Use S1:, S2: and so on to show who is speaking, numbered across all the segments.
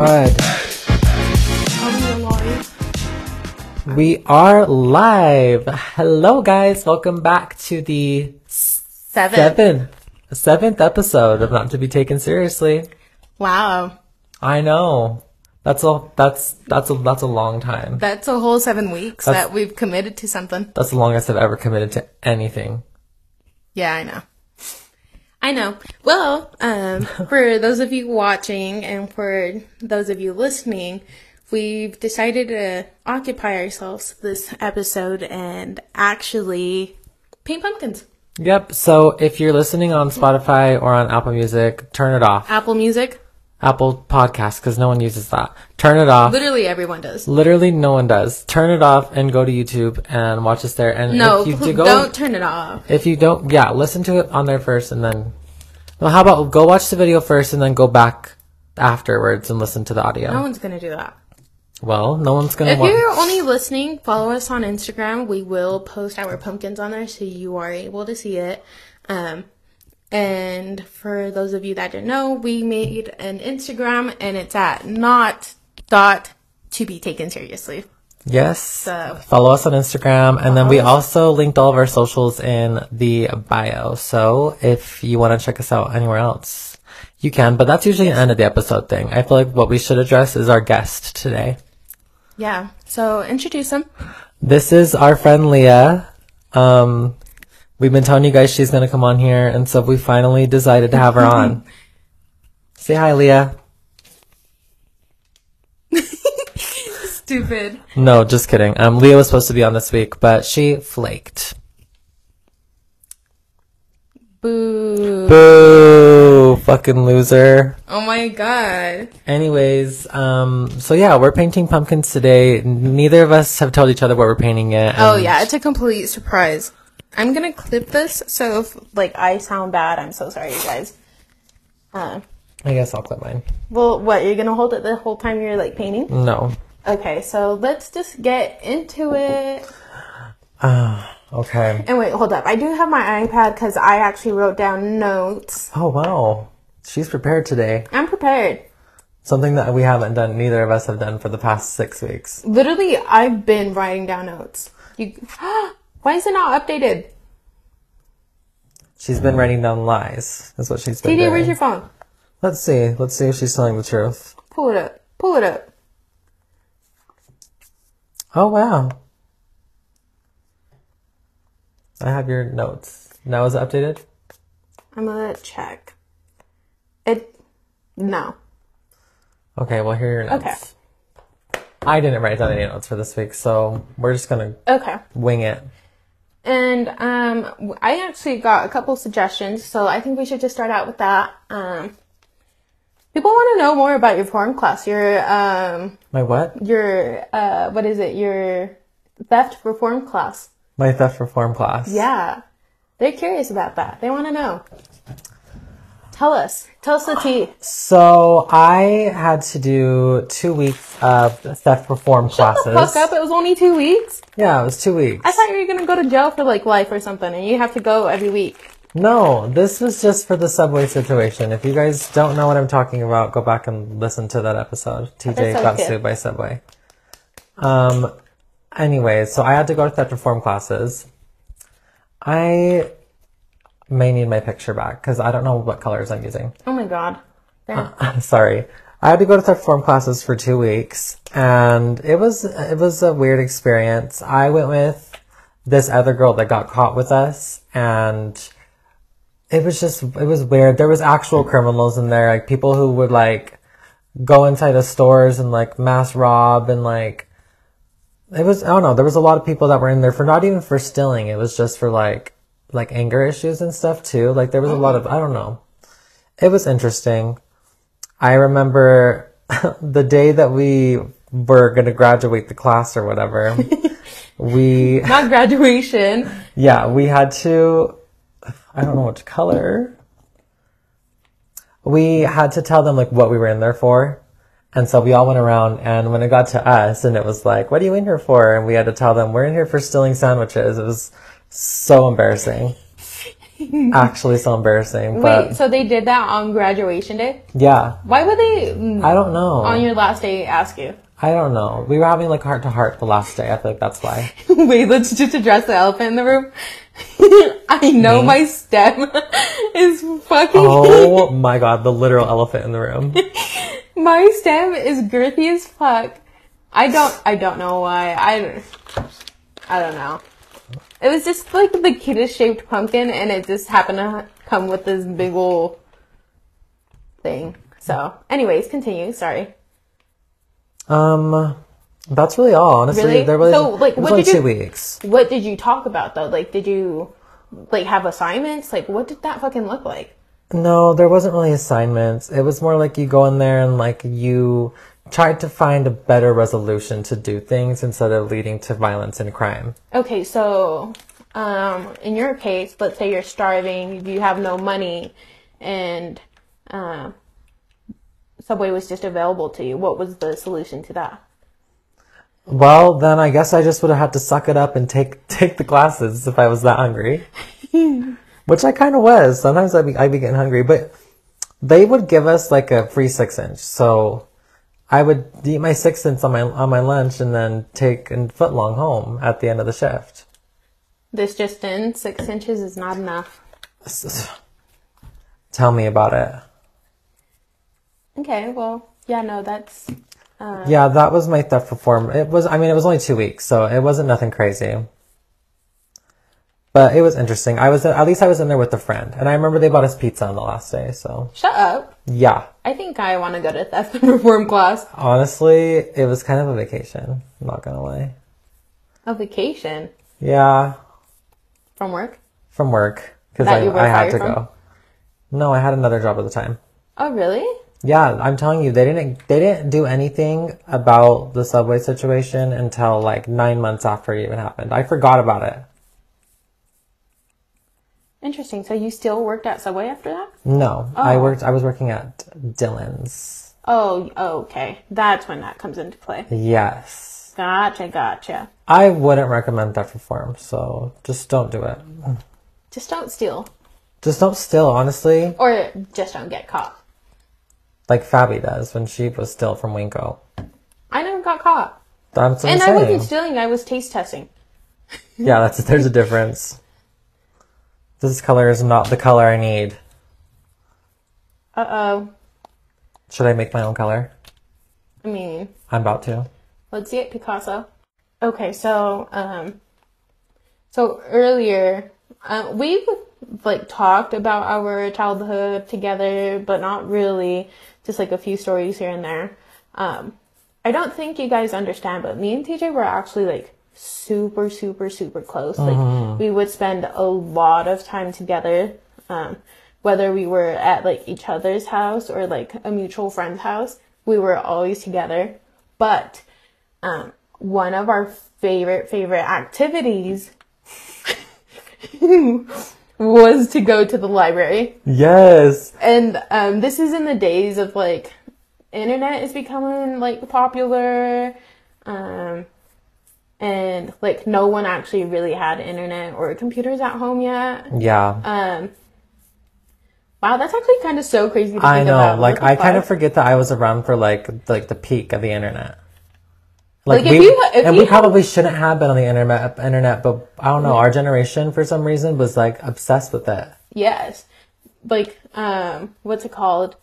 S1: Alright, we are live. Hello, guys. Welcome back to the
S2: Seven.
S1: seventh, seventh episode of Not to Be Taken Seriously.
S2: Wow.
S1: I know that's a that's that's a that's a long time.
S2: That's a whole seven weeks
S1: That's-
S2: that we've committed to something.
S1: That's the longest I've ever committed to anything.
S2: Yeah, I know. I know. Well, um, for those of you watching and for those of you listening, we've decided to occupy ourselves this episode and actually paint pumpkins.
S1: Yep. So if you're listening on Spotify or on Apple Music, turn it off.
S2: Apple Music.
S1: Apple Podcasts, because no one uses that. Turn it off.
S2: Literally everyone does.
S1: Literally, no one does. Turn it off and go to YouTube and watch us there. And
S2: No,
S1: if you
S2: pl-
S1: do go,
S2: don't turn it off.
S1: if you don't, yeah, listen to it on there first, and then. Well, how about go watch the video first, and then go back afterwards and listen to the audio.
S2: No one's going to do that.
S1: Well, no one's gonna.
S2: If
S1: wa-
S2: you're only listening, follow us on Instagram. We will post our pumpkins on there so you are able to see it. Um, and for those of you that didn't know, we made an Instagram and it's at not dot to be taken seriously.
S1: yes.
S2: So-
S1: Follow us on Instagram, and then we also linked all of our socials in the bio. So if you want to check us out anywhere else, you can. But that's usually an end of the episode thing. I feel like what we should address is our guest today.
S2: Yeah. So introduce them.
S1: This is our friend Leah. Um, we've been telling you guys she's gonna come on here, and so we finally decided to have her on. Say hi, Leah.
S2: Stupid.
S1: No, just kidding. Um, Leah was supposed to be on this week, but she flaked.
S2: Boo.
S1: Boo! Fucking loser.
S2: Oh my god.
S1: Anyways, um, so yeah, we're painting pumpkins today. Neither of us have told each other what we're painting yet.
S2: Oh
S1: and-
S2: yeah, it's a complete surprise. I'm gonna clip this so if like I sound bad, I'm so sorry you guys. Uh,
S1: I guess I'll clip mine.
S2: Well, what you're gonna hold it the whole time you're like painting?
S1: No.
S2: Okay, so let's just get into it.
S1: Okay.
S2: And wait, hold up. I do have my iPad because I actually wrote down notes.
S1: Oh wow, she's prepared today.
S2: I'm prepared.
S1: Something that we haven't done, neither of us have done for the past six weeks.
S2: Literally, I've been writing down notes. You, why is it not updated?
S1: She's been writing down lies. That's what she's been
S2: TD,
S1: doing.
S2: where's your phone?
S1: Let's see. Let's see if she's telling the truth.
S2: Pull it up. Pull it up.
S1: Oh wow. I have your notes. Now is it updated?
S2: I'm gonna check. It. No.
S1: Okay, well here are your notes.
S2: Okay.
S1: I didn't write down any notes for this week, so we're just gonna
S2: Okay.
S1: wing it.
S2: And um, w- I actually got a couple suggestions, so I think we should just start out with that. Um, people want to know more about your form class, your um,
S1: My what?
S2: your uh, what is it? Your theft reform class.
S1: My theft reform class.
S2: Yeah, they're curious about that. They want to know. Tell us. Tell us the tea.
S1: So I had to do two weeks of theft reform classes.
S2: Fuck up. It was only two weeks.
S1: Yeah, it was two weeks.
S2: I thought you were gonna go to jail for like life or something, and you have to go every week.
S1: No, this was just for the subway situation. If you guys don't know what I'm talking about, go back and listen to that episode. TJ
S2: That sounds
S1: got
S2: good.
S1: sued by Subway. Um, anyway, so I had to go to theft reform classes. I may need my picture back because I don't know what colors I'm using.
S2: Oh my god. There.
S1: Sorry. I had to go to theft reform classes for two weeks, and it was it was a weird experience. I went with this other girl that got caught with us, and it was just it was weird. There was actual criminals in there, like people who would like go inside the stores and like mass rob and like it was I don't know. There was a lot of people that were in there for not even for stealing. It was just for like like anger issues and stuff too. Like there was a lot of I don't know. It was interesting. I remember the day that we were going to graduate the class or whatever. we
S2: Not graduation.
S1: yeah, we had to. I don't know which color. We had to tell them like what we were in there for, and so we all went around. And when it got to us, and it was like, "What are you in here for?" and we had to tell them we're in here for stealing sandwiches. It was so embarrassing. actually so embarrassing. But
S2: Wait, so they did that on graduation day?
S1: yeah,
S2: Why would they mm,
S1: I don't know.
S2: on your last day ask you?
S1: I don't know. We were having like heart to heart the last day. I feel like that's why.
S2: Wait, let's just address the elephant in the room. I know my stem is fucking.
S1: Oh my god, the literal elephant in the room.
S2: My stem is girthy as fuck. I don't. I don't know why. I. don't- I don't know. It was just like the cutest shaped pumpkin, and it just happened to come with this big ol' thing. So, anyways, continue. Sorry.
S1: Um, that's really all. Honestly,
S2: Really?
S1: there really
S2: So, like,
S1: it was
S2: what
S1: only
S2: did you-
S1: two weeks.
S2: What did you talk about though? Like, did you like have assignments? Like, what did that fucking look like?
S1: No, there wasn't really assignments. It was more like you go in there and like you tried to find a better resolution to do things instead of leading to violence and crime.
S2: Okay, so um, in your case, let's say you're starving, you have no money, and um, Subway was just available to you. What was the solution to that?
S1: Well, then I guess I just would have had to suck it up and take take the glasses if I was that hungry. Which I kind of was. Sometimes I'd be, I'd be getting hungry, but they would give us like a free six inch. So I would eat my six inch on my on my lunch and then take a foot long home at the end of the shift.
S2: This just in, six inches is not enough.
S1: Tell me about it.
S2: Okay, well, yeah, no, that's
S1: Yeah, that was my theft reform. It was, I mean, it was only two weeks, so it wasn't nothing crazy. But it was interesting. I was, at least I was in there with a friend. And I remember they bought us pizza on the last day, so.
S2: shut up.
S1: Yeah.
S2: I think I want to go to theft and reform class.
S1: Honestly, it was kind of a vacation. I'm not gonna lie.
S2: A vacation
S1: Yeah.
S2: from work.
S1: From work. Cause
S2: That
S1: I,
S2: you were
S1: I had
S2: fired
S1: to
S2: from?
S1: go. No, I had another job at the time.
S2: Oh, really?
S1: Yeah, I'm telling you, they didn't, they didn't do anything about the subway situation until like nine months after it even happened. I forgot about it.
S2: Interesting. So you still worked at Subway after that?
S1: No, I
S2: Oh.
S1: worked. I was working at Dylan's.
S2: Oh, okay. That's when that comes into play.
S1: Yes,
S2: Gotcha, gotcha.
S1: I wouldn't recommend theft reform. So just don't do it.
S2: Just don't steal.
S1: Just don't steal. Honestly,
S2: Or just don't get caught.
S1: like Fabi does when she was still from Winko.
S2: I never got caught.
S1: That's what
S2: and I
S1: I'm saying.
S2: wasn't stealing, I was taste testing.
S1: yeah, that's there's a difference. This color is not the color I need.
S2: Uh oh.
S1: Should I make my own color?
S2: I mean,
S1: I'm about to.
S2: let's see it, Picasso. Okay, so, um, so earlier, um, we've like talked about our childhood together, but not really, just like a few stories here and there. Um, I don't think you guys understand, but me and TJ were actually like super, super, super close. Like we would spend a lot of time together, um, whether we were at like each other's house or like a mutual friend's house. We were always together, but um, one of our favorite favorite activities was to go to the library
S1: Yes.
S2: and um, this is in the days of like internet is becoming like popular um, and like no one actually really had internet or computers at home yet
S1: Yeah.
S2: um, wow that's actually kind of so crazy to think
S1: I know.
S2: about
S1: like
S2: What the
S1: I kind of
S2: fuck?
S1: forget that I was around for like like the peak of the internet.
S2: Like, if you- if
S1: and
S2: you
S1: we probably shouldn't have been on the internet. Internet, but I don't know. Our generation, for some reason, was like obsessed with it.
S2: Yes. Like, um, what's it called?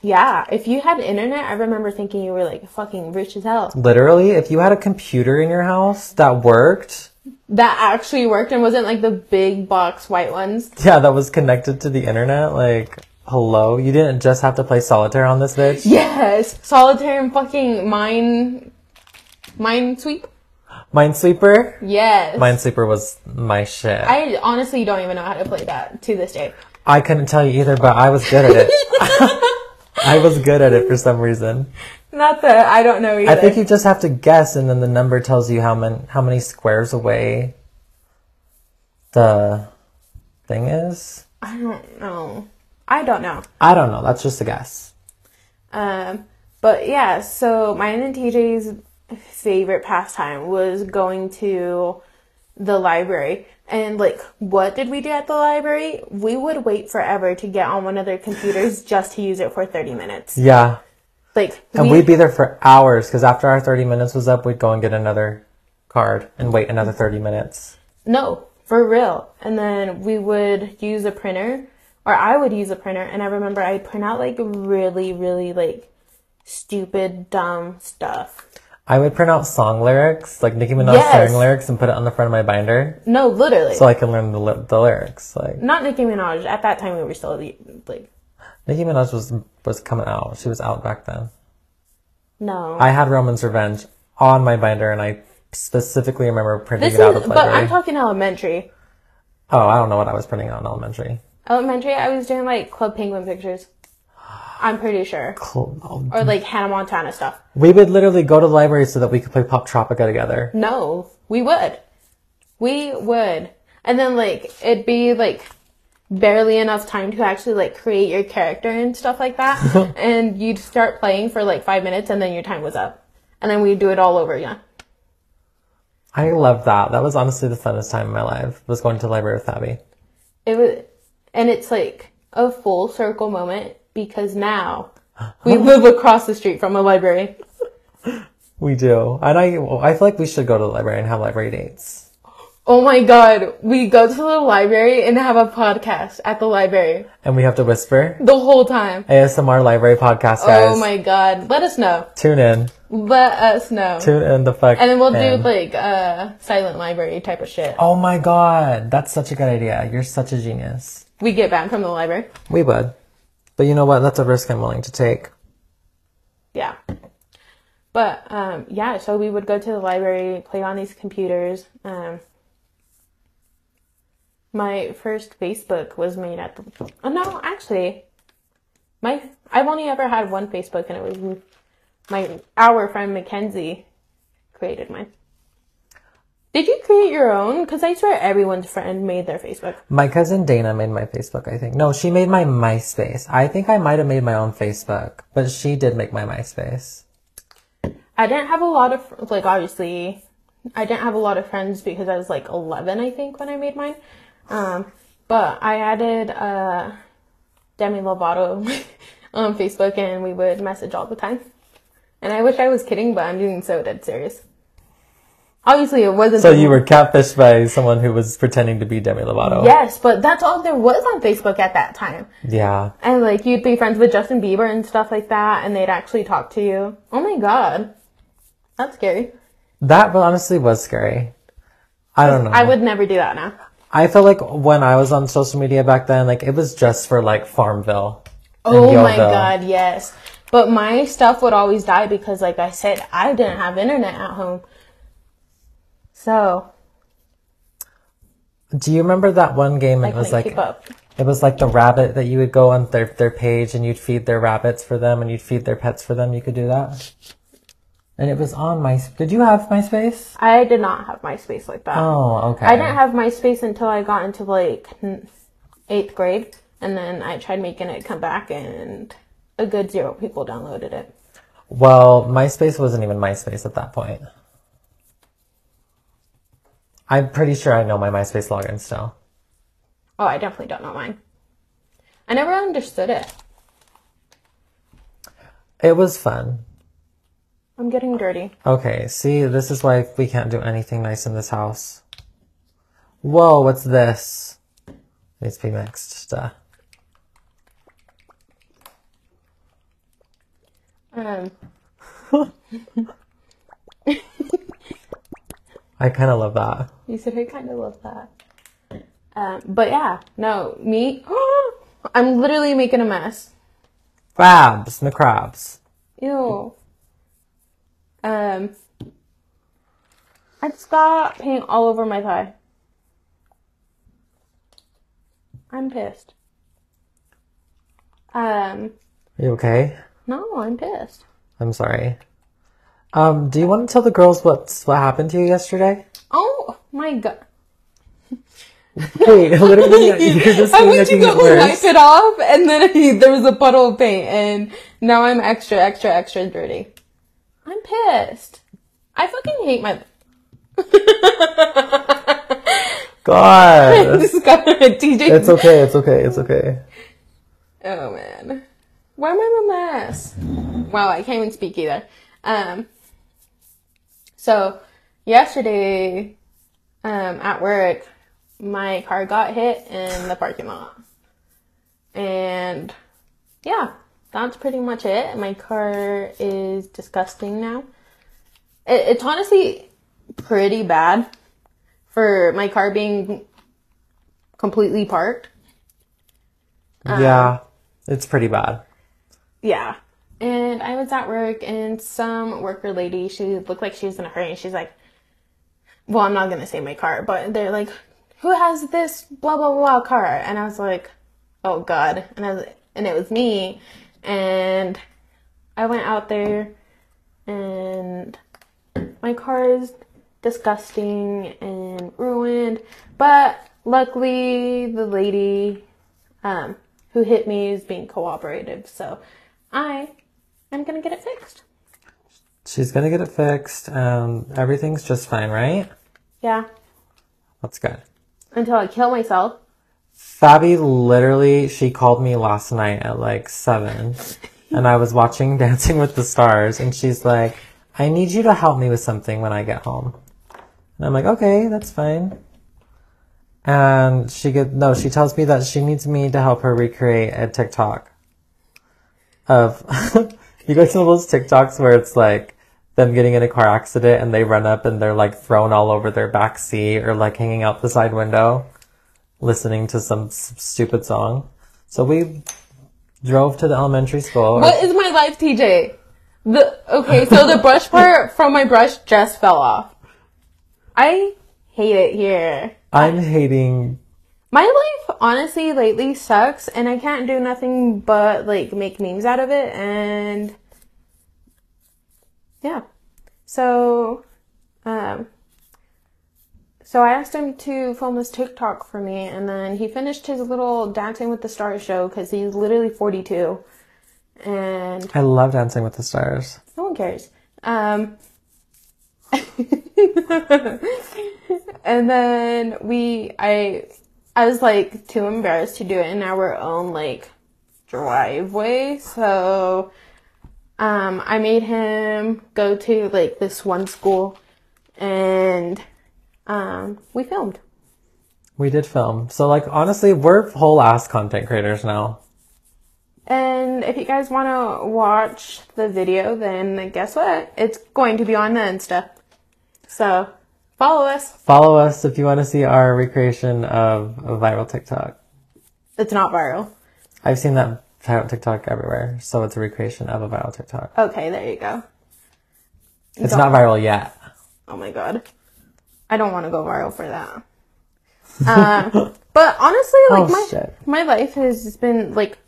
S2: Yeah, if you had internet, I remember thinking you were like fucking rich as hell.
S1: Literally, if you had a computer in your house that worked,
S2: That actually worked and wasn't like the big box white ones.
S1: yeah, that was connected to the internet, like hello, you didn't just have to play solitaire on this bitch.
S2: Yes, solitaire and fucking mine, mine sweep.
S1: Minesweeper.
S2: Yes,
S1: Minesweeper was my shit. I,
S2: I honestly don't even know how to play that to this day.
S1: couldn't tell you either, but I was good at it. I was good at it for some reason.
S2: Not that I don't know either.
S1: I think you just have to guess, and then the number tells you how many how many squares away the thing is.
S2: I don't know. I don't know.
S1: I don't know. That's just a guess.
S2: Um, but yeah, so mine and TJ's favorite pastime was going to the library. And like, what did we do at the library? We would wait forever to get on one of their computers just to use it for 30 minutes.
S1: Yeah.
S2: Like,
S1: And we'd be there for hours because after our 30 minutes was up, we'd go and get another card and wait another 30 minutes.
S2: no, for real. And then we would use a printer, or I would use a printer. And I remember I'd print out like really, really like stupid, dumb stuff.
S1: I would print out song lyrics, like Nicki Minaj
S2: Yes.
S1: song lyrics, and put it on the front of my binder
S2: No, literally.
S1: so I can learn the, li- the lyrics. Like
S2: Not Nicki Minaj. At that time, we were still like,
S1: Nicki Minaj was was coming out; she was out back then.
S2: no.
S1: I had Roman's Revenge on my binder, and I specifically remember printing
S2: this is,
S1: it out of the
S2: but
S1: library.
S2: I'm talking elementary.
S1: oh, I don't know what I was printing out in elementary.
S2: Elementary, I was doing like Club Penguin pictures. I'm pretty sure.
S1: Cool.
S2: Or like Hannah Montana stuff.
S1: We would literally go to the library so that we could play Pop Tropica together.
S2: No, we would. We would. And then like, it'd be like barely enough time to actually like create your character and stuff like that. and you'd start playing for like five minutes and then your time was up. And then we'd do it all over again.
S1: I love that. That was honestly the funnest time of my life. Was going to the library with Abby.
S2: It was, and it's like a full circle moment because now we live across the street from a library.
S1: We do, and I I feel like we should go to the library and have library dates.
S2: Oh my god, we go to the library and have a podcast at the library
S1: And we have to whisper
S2: the whole time.
S1: ASMR library podcast, guys.
S2: Oh my god, let us know.
S1: Tune in,
S2: Let us know.
S1: tune in the fuck.
S2: And then we'll do
S1: in.
S2: like uh, silent library type of shit.
S1: Oh my god, that's such a good idea. You're such a genius.
S2: We get back from the library.
S1: We would, but you know what? That's a risk I'm willing to take.
S2: Yeah. But um, yeah, so we would go to the library, play on these computers. Um, my first Facebook was made at the. Oh, no, actually, my I've only ever had one Facebook, and it was my our friend Mackenzie created mine. Did you create your own? Because I swear everyone's friend made their Facebook.
S1: My cousin Dana made my Facebook. I think no, she made my MySpace. I think I might have made my own Facebook, but she did make my MySpace.
S2: I didn't have a lot of like obviously I didn't have a lot of friends because I was like 11 I think when I made mine. Um but I added uh Demi Lovato on Facebook and we would message all the time. And I wish I was kidding, but I'm being so dead serious. Obviously it wasn't
S1: So you were catfished by someone who was pretending to be Demi Lovato.
S2: Yes, but that's all there was on Facebook at that time.
S1: Yeah.
S2: And like you'd be friends with Justin Bieber and stuff like that and they'd actually talk to you. Oh my god. That's scary.
S1: That honestly was scary. I don't know.
S2: I would never do that now.
S1: I feel like when I was on social media back then, like it was just for like Farmville.
S2: Oh
S1: Yo,
S2: my
S1: though.
S2: god, yes. But my stuff would always die because, like I said, I didn't have internet at home. So
S1: Do you remember that one game?
S2: I
S1: It was
S2: couldn't
S1: like
S2: keep up.
S1: it was like the rabbit that you would go on their their page and you'd feed their rabbits for them and you'd feed their pets for them. You could do that. And it was on my. Did you have MySpace?
S2: I did not have MySpace like that.
S1: Oh, okay.
S2: I didn't have MySpace until I got into like n- eighth grade, and then I tried making it come back, and a good zero people downloaded it.
S1: Well, MySpace wasn't even MySpace at that point. I'm pretty sure I know my MySpace login still.
S2: Oh, I definitely don't know mine. I never understood it.
S1: It was fun.
S2: I'm getting dirty.
S1: Okay, see, this is why we can't do anything nice in this house. Whoa, what's this? Needs to be mixed. Duh.
S2: Um,
S1: I kind of love that.
S2: You said I kind of love that. Um, but yeah, no, me. I'm literally making a mess.
S1: Crabs and the crabs.
S2: Ew. Um, I just got paint all over my thigh. I'm pissed. Um,
S1: You okay?
S2: no, I'm pissed.
S1: I'm sorry. Um, do you want to tell the girls what's what happened to you yesterday?
S2: Oh my god.
S1: Wait, literally, you're just
S2: I went to
S1: making it
S2: go wipe
S1: worse.
S2: it off, and then there was a puddle of paint, and now I'm extra, extra, extra dirty. I'm pissed. I fucking hate my.
S1: God.
S2: this is kind of a DJ.
S1: It's okay. It's okay. It's okay.
S2: Oh man. Why am I the last? Wow, I can't even speak either. Um so yesterday um at work my car got hit in the parking lot. And yeah, that's pretty much it. My car is disgusting now. It, it's honestly pretty bad for my car being completely parked. Uh-huh.
S1: yeah. It's pretty bad.
S2: Yeah. And I was at work, and some worker lady, she looked like she was in a hurry, and she's like, Well, I'm not going to say my car, but they're like, Who has this blah, blah, blah car? And I was like, Oh, God. And, I was, and it was me. And I went out there, and my car is disgusting and ruined. But luckily, the lady um, who hit me is being cooperative. So I am going to get it fixed.
S1: She's gonna get it fixed. Um, everything's just fine, right?
S2: Yeah.
S1: That's good.
S2: Until I kill myself.
S1: Fabi literally, she called me last night at like seven, and I was watching Dancing with the Stars, and she's like, "I need you to help me with something when I get home," and I'm like, "Okay, that's fine." And she get no, she tells me that she needs me to help her recreate a TikTok of you guys know those TikToks where it's like them getting in a car accident and they run up and they're like thrown all over their back seat or like hanging out the side window listening to some s- stupid song. So we drove to the elementary school.
S2: What is my life, TJ? The okay, so the brush part from my brush just fell off. I hate it here.
S1: I'm hating.
S2: My life honestly lately sucks and I can't do nothing but like make memes out of it and yeah. So um so I asked him to film this TikTok for me and then he finished his little dancing with the stars show cuz he's literally 42 and
S1: I love Dancing with the Stars.
S2: no one cares. Um, and then we, I, I was like too embarrassed to do it in our own like driveway, so um, I made him go to like this one school, and um, we filmed.
S1: We did film. So like honestly, we're whole ass content creators now.
S2: And if you guys want to watch the video, then guess what? It's going to be on the Insta. So follow us.
S1: Follow us if you want to see our recreation of a viral TikTok.
S2: It's not viral.
S1: I've seen that viral TikTok everywhere, so it's a recreation of a viral TikTok.
S2: Okay, there you go.
S1: It's not viral yet.
S2: Oh my god. I don't want to go viral for that. Um, but honestly, like
S1: Oh,
S2: my
S1: shit.
S2: my life has just been like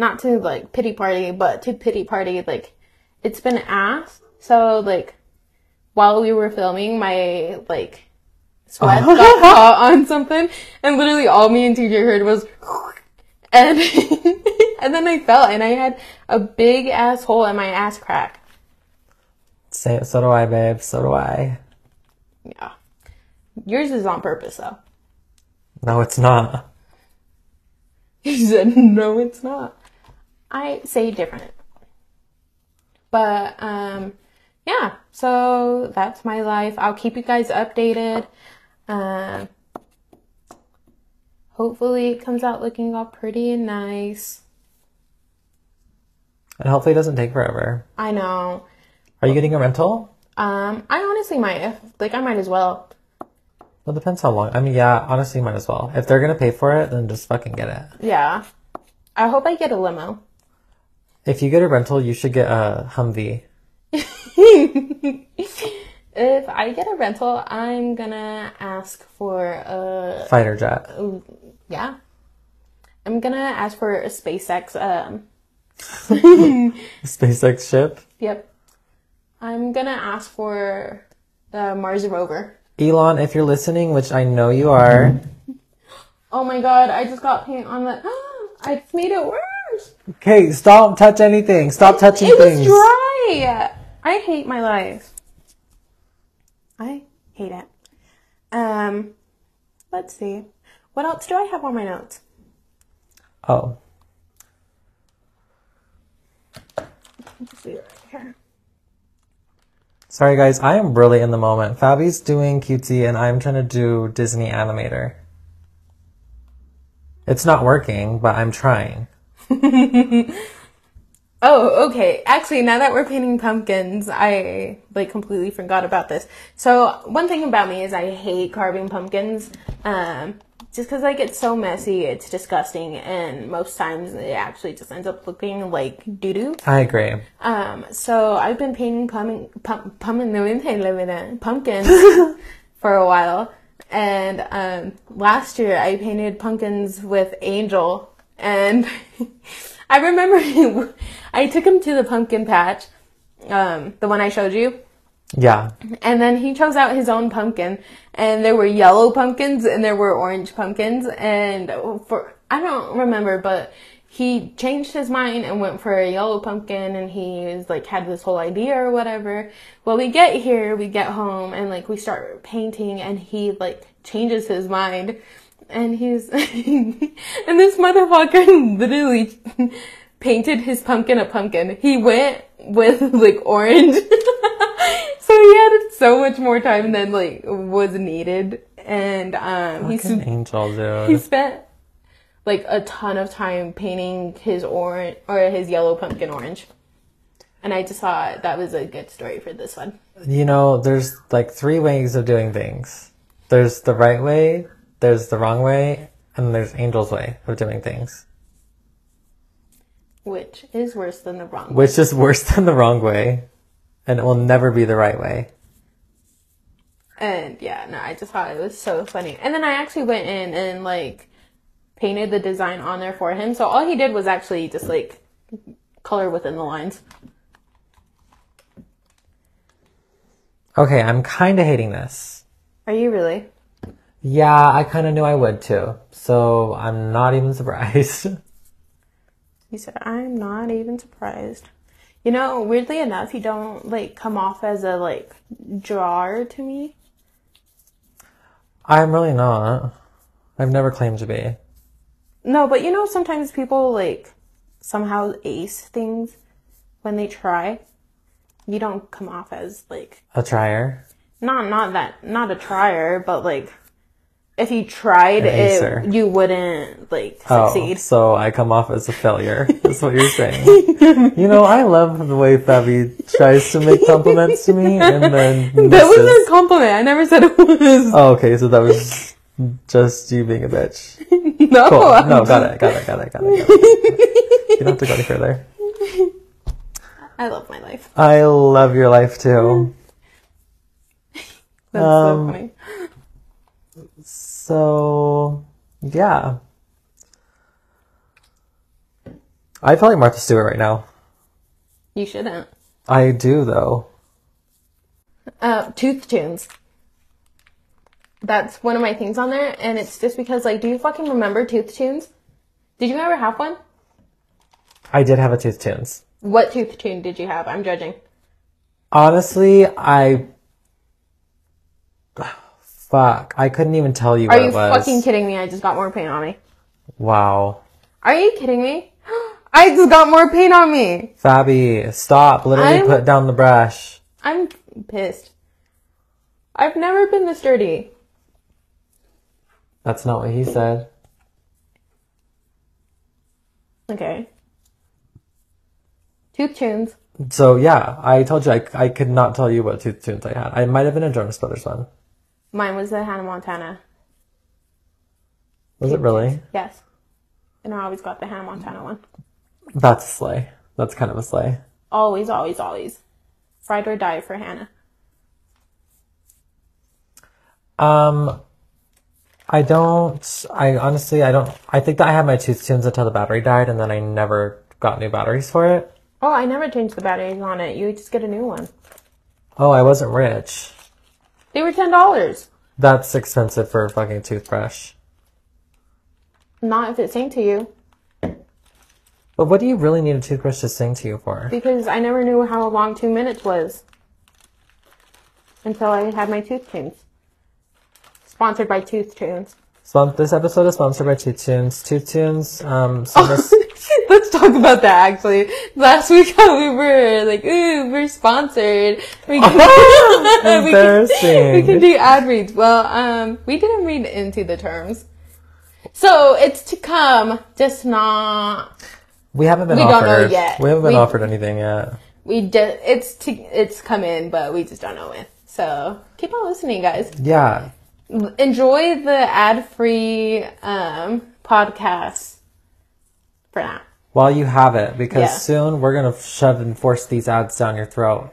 S2: not to like pity party, but to pity party like it's been ass. So like while we were filming, my like sweat
S1: Oh.
S2: got caught on something, and literally all me and TJ heard was, and and then I fell, and I had a big asshole in my ass crack.
S1: Say, so do I, babe. So do I.
S2: Yeah, yours is on purpose though.
S1: No, it's not.
S2: He said, No, it's not. I say different. But um yeah, so that's my life. I'll keep you guys updated. Um hopefully it comes out looking all pretty and nice.
S1: And hopefully it doesn't take forever.
S2: I know.
S1: Are you getting a rental?
S2: Um I honestly might if like I might as well.
S1: Well, depends how long. I mean, yeah, honestly, might as well. If they're gonna pay for it, then just fucking get it.
S2: Yeah. I hope I get a limo.
S1: If you get a rental, you should get a Humvee.
S2: If I get a rental, I'm gonna ask for a
S1: Fighter jet.
S2: Yeah. I'm gonna ask for a SpaceX. Um,
S1: SpaceX ship.
S2: yep. I'm gonna ask for the Mars rover.
S1: Elon, if you're listening, which I know you are,
S2: Oh my god, I just got paint on the. I made it worse!
S1: okay, stop, touch anything. Stop touching
S2: It was
S1: things.
S2: dry! I hate my life. I hate it. Um, Let's see. What else do I have on my notes?
S1: Oh,
S2: Let's see right here.
S1: sorry guys, I am really in the moment. Fabi's doing cutesy and I'm trying to do Disney Animator. It's not working, but I'm trying.
S2: Oh, okay. Actually, now that we're painting pumpkins, I like completely forgot about this. So one thing about me is I hate carving pumpkins. Um, just because like it's so messy, it's disgusting, and most times it actually just ends up looking like doo doo.
S1: I agree.
S2: Um, so I've been painting pum- pum- pum- pumpkins for a while. And um, last year I painted pumpkins with Angel. And I remember I took him to the pumpkin patch, um, the one I showed you.
S1: Yeah.
S2: And then he chose out his own pumpkin, and there were yellow pumpkins and there were orange pumpkins, and for I don't remember, but he changed his mind and went for a yellow pumpkin, and he was like had this whole idea or whatever. Well, we get here, we get home, and like we start painting, and he like changes his mind, and he's and this motherfucker literally painted his pumpkin a pumpkin. He went with like orange. So he had so much more time than like was needed, and um, he
S1: He's an
S2: sp-
S1: angel, dude.
S2: he spent like a ton of time painting his orange or his yellow pumpkin orange. And I just thought that was a good story for this one.
S1: you know, there's like three ways of doing things. There's the right way, there's the wrong way, and there's Angel's way of doing things,
S2: Which is worse than the wrong.
S1: which is worse than the wrong way, and it will never be the right way.
S2: And yeah, no, I just thought it was so funny. And then I actually went in and like painted the design on there for him. So all he did was actually just like color within the lines.
S1: Okay, I'm kind of hating this.
S2: Are you really?
S1: Yeah, I kind of knew I would too, so I'm not even surprised.
S2: He said, I'm not even surprised. You know, weirdly enough, you don't like come off as a like drawer to me.
S1: I'm really not. I've never claimed to be.
S2: No, but you know, sometimes people like somehow ace things when they try. You don't come off as like
S1: A trier.
S2: not not that not a trier, but like if you tried
S1: acer.
S2: it, you wouldn't like
S1: Oh,
S2: succeed.
S1: so I come off as a failure. That's what you're saying. you know, I love the way Fabi tries to make compliments to me, and then
S2: That
S1: misses.
S2: was a compliment. I never said it was.
S1: Oh, okay, so that was just you being a bitch.
S2: no,
S1: Cool.
S2: I'm
S1: Oh, No,
S2: just-
S1: got it, got it, got it, got it. Got it. you don't have to go any further.
S2: I love my life.
S1: I love your life too.
S2: That's
S1: Um,
S2: so funny.
S1: So, yeah. I feel like Martha Stewart right now.
S2: You shouldn't.
S1: I do though.
S2: Uh, Tooth Tunes. That's one of my things on there, and it's just because, like, do you fucking remember Tooth Tunes? Did you ever have one?
S1: I did have a tooth tunes.
S2: What Tooth Tune did you have? I'm judging.
S1: Honestly, I. Fuck. I couldn't even tell you
S2: Are
S1: what
S2: you
S1: it was.
S2: fucking kidding me? I just got more paint on me.
S1: wow.
S2: Are you kidding me? I just got more paint on me.
S1: Fabi, stop. Literally
S2: I'm-
S1: put down the brush.
S2: I'm pissed. I've never been this dirty.
S1: That's not what he said.
S2: Okay. Tooth Tunes.
S1: So, yeah, I told you I, I could not tell you what tooth tunes I had. I might have been a Jonas Brothers one.
S2: Mine was the Hannah Montana.
S1: Was it really?
S2: Yes. And I always got the Hannah Montana one.
S1: That's a sleigh. That's kind of a sleigh.
S2: Always, always, always. Fried or die for Hannah.
S1: Um, I don't. I honestly, I don't. I think that I had my tooth tunes until the battery died, and then I never got new batteries for it.
S2: Oh, I never changed the batteries on it. You just get a new one.
S1: Oh, I wasn't rich.
S2: They were ten dollars.
S1: That's expensive for a fucking toothbrush.
S2: Not if it sang to you,
S1: But what do you really need a toothbrush to sing to you for?
S2: because I never knew how long two minutes was until I had my tooth cleaned. Sponsored by Tooth Tunes.
S1: Spon- this episode is sponsored by Two Tunes. Two Tunes. Um, sent us-
S2: Let's talk about that actually. Last week how we were like, ooh, we're sponsored. We can, we can, we can
S1: Embarrassing.
S2: do ad reads. Well, um, we didn't read into the terms. So it's to come, just not,
S1: We haven't been
S2: We don't know
S1: offered.
S2: yet.
S1: We haven't been
S2: We-
S1: offered anything yet.
S2: we just, it's to, it's come in, but we just don't know when. So keep on listening guys.
S1: Yeah.
S2: Enjoy the ad free, um, podcast for now.
S1: While you have it, because
S2: Yeah.
S1: soon we're gonna shove and force these ads down your throat.